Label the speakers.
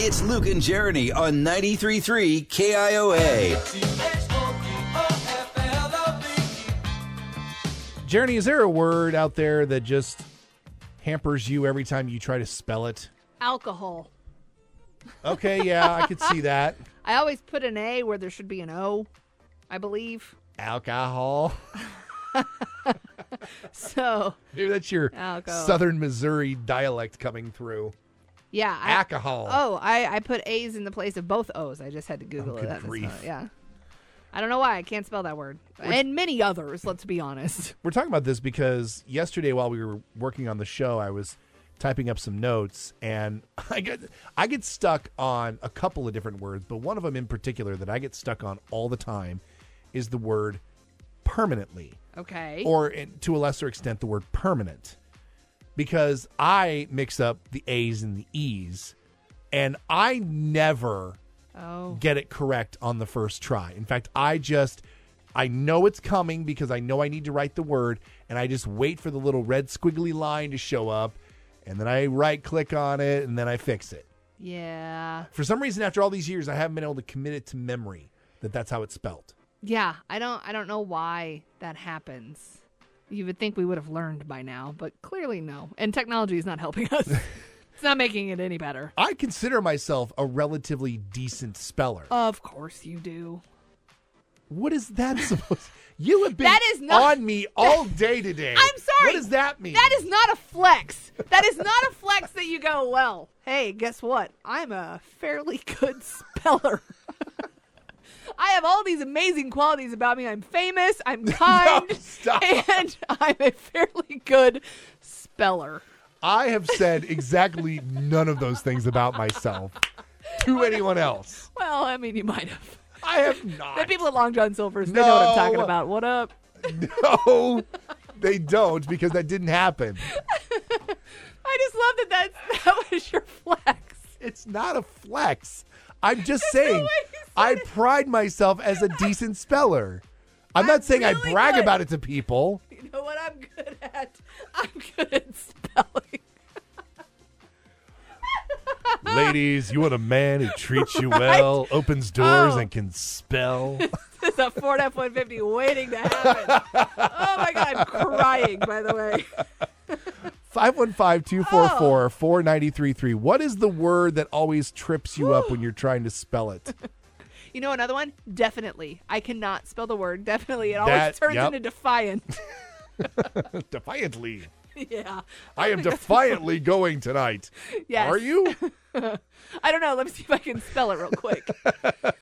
Speaker 1: It's Luke and Jeremy on 93.3 KIOA.
Speaker 2: Jeremy, is there a word out there that just hampers you every time you try to spell it?
Speaker 3: alcohol.
Speaker 2: Okay, yeah, I could see that.
Speaker 3: I always put an A where there should be an O, I believe.
Speaker 2: Alcohol.
Speaker 3: So,
Speaker 2: Maybe that's your
Speaker 3: Alcohol.
Speaker 2: southern Missouri dialect coming through.
Speaker 3: yeah. I,
Speaker 2: Alcohol.
Speaker 3: Oh, I, I put A's in the place of both O's. I just had to Google
Speaker 2: Oh,
Speaker 3: it.
Speaker 2: good
Speaker 3: That is
Speaker 2: grief.
Speaker 3: not- yeah. I don't know why. I can't spell that word. And many others, let's be honest.
Speaker 2: We're talking about this because yesterday while we were working on the show, I was typing up some notes and I get I get stuck on a couple of different words, but one of them in particular that I get stuck on all the time is the word permanently.
Speaker 3: Okay.
Speaker 2: or in, to a lesser extent the word permanent because i mix up the a's and the e's and i never
Speaker 3: oh.
Speaker 2: get it correct on the first try in fact i just i know it's coming because i know i need to write the word and i just wait for the little red squiggly line to show up and then i right click on it and then i fix it
Speaker 3: Yeah.
Speaker 2: for some reason after all these years i haven't been able to commit it to memory that that's how it's spelled
Speaker 3: Yeah, I don't I don't know why that happens. You would think we would have learned by now, but clearly no. And technology is not helping us. it's not making it any better.
Speaker 2: i consider myself a relatively decent speller
Speaker 3: Of course you do.
Speaker 2: What is that supposed? You have been
Speaker 3: That is not-
Speaker 2: on me all day today.
Speaker 3: I'm sorry.
Speaker 2: What does that mean?
Speaker 3: That is not a flex. That is not a flex that you go, well, hey, guess what? I'm a fairly good speller. I have all these amazing qualities about me. I'm famous, I'm kind,
Speaker 2: stop.
Speaker 3: and I'm a fairly good speller.
Speaker 2: I have said exactly none of those things about myself to anyone else.
Speaker 3: Well, I mean, you might have.
Speaker 2: I have not.
Speaker 3: The people at Long John Silver's, they know what I'm talking
Speaker 2: No.
Speaker 3: about. What up?
Speaker 2: no, they don't because that didn't happen.
Speaker 3: I just love that that's, that was your flex.
Speaker 2: It's not a flex. I'm just saying.
Speaker 3: way you said
Speaker 2: I
Speaker 3: it.
Speaker 2: pride myself as a decent speller. I'm not saying I
Speaker 3: really
Speaker 2: brag
Speaker 3: good.
Speaker 2: about it to people.
Speaker 3: You know what I'm good at? I'm good at spelling.
Speaker 2: Ladies, you want a man who treats you well, opens doors,
Speaker 3: Oh.
Speaker 2: and can spell.
Speaker 3: It's a Ford F one fifty waiting to happen. oh my god, I'm crying. By the way,
Speaker 2: 515-244-4933. What is the word that always trips you up when you're trying to spell it?
Speaker 3: you know another one? Definitely, I cannot spell the word definitely. It always
Speaker 2: That-
Speaker 3: turns
Speaker 2: yep.
Speaker 3: into defiant.
Speaker 2: Defiantly.
Speaker 3: yeah,
Speaker 2: I am defiantly going tonight.
Speaker 3: Yes.
Speaker 2: Are you?
Speaker 3: I don't know. Let me see if I can spell it real quick.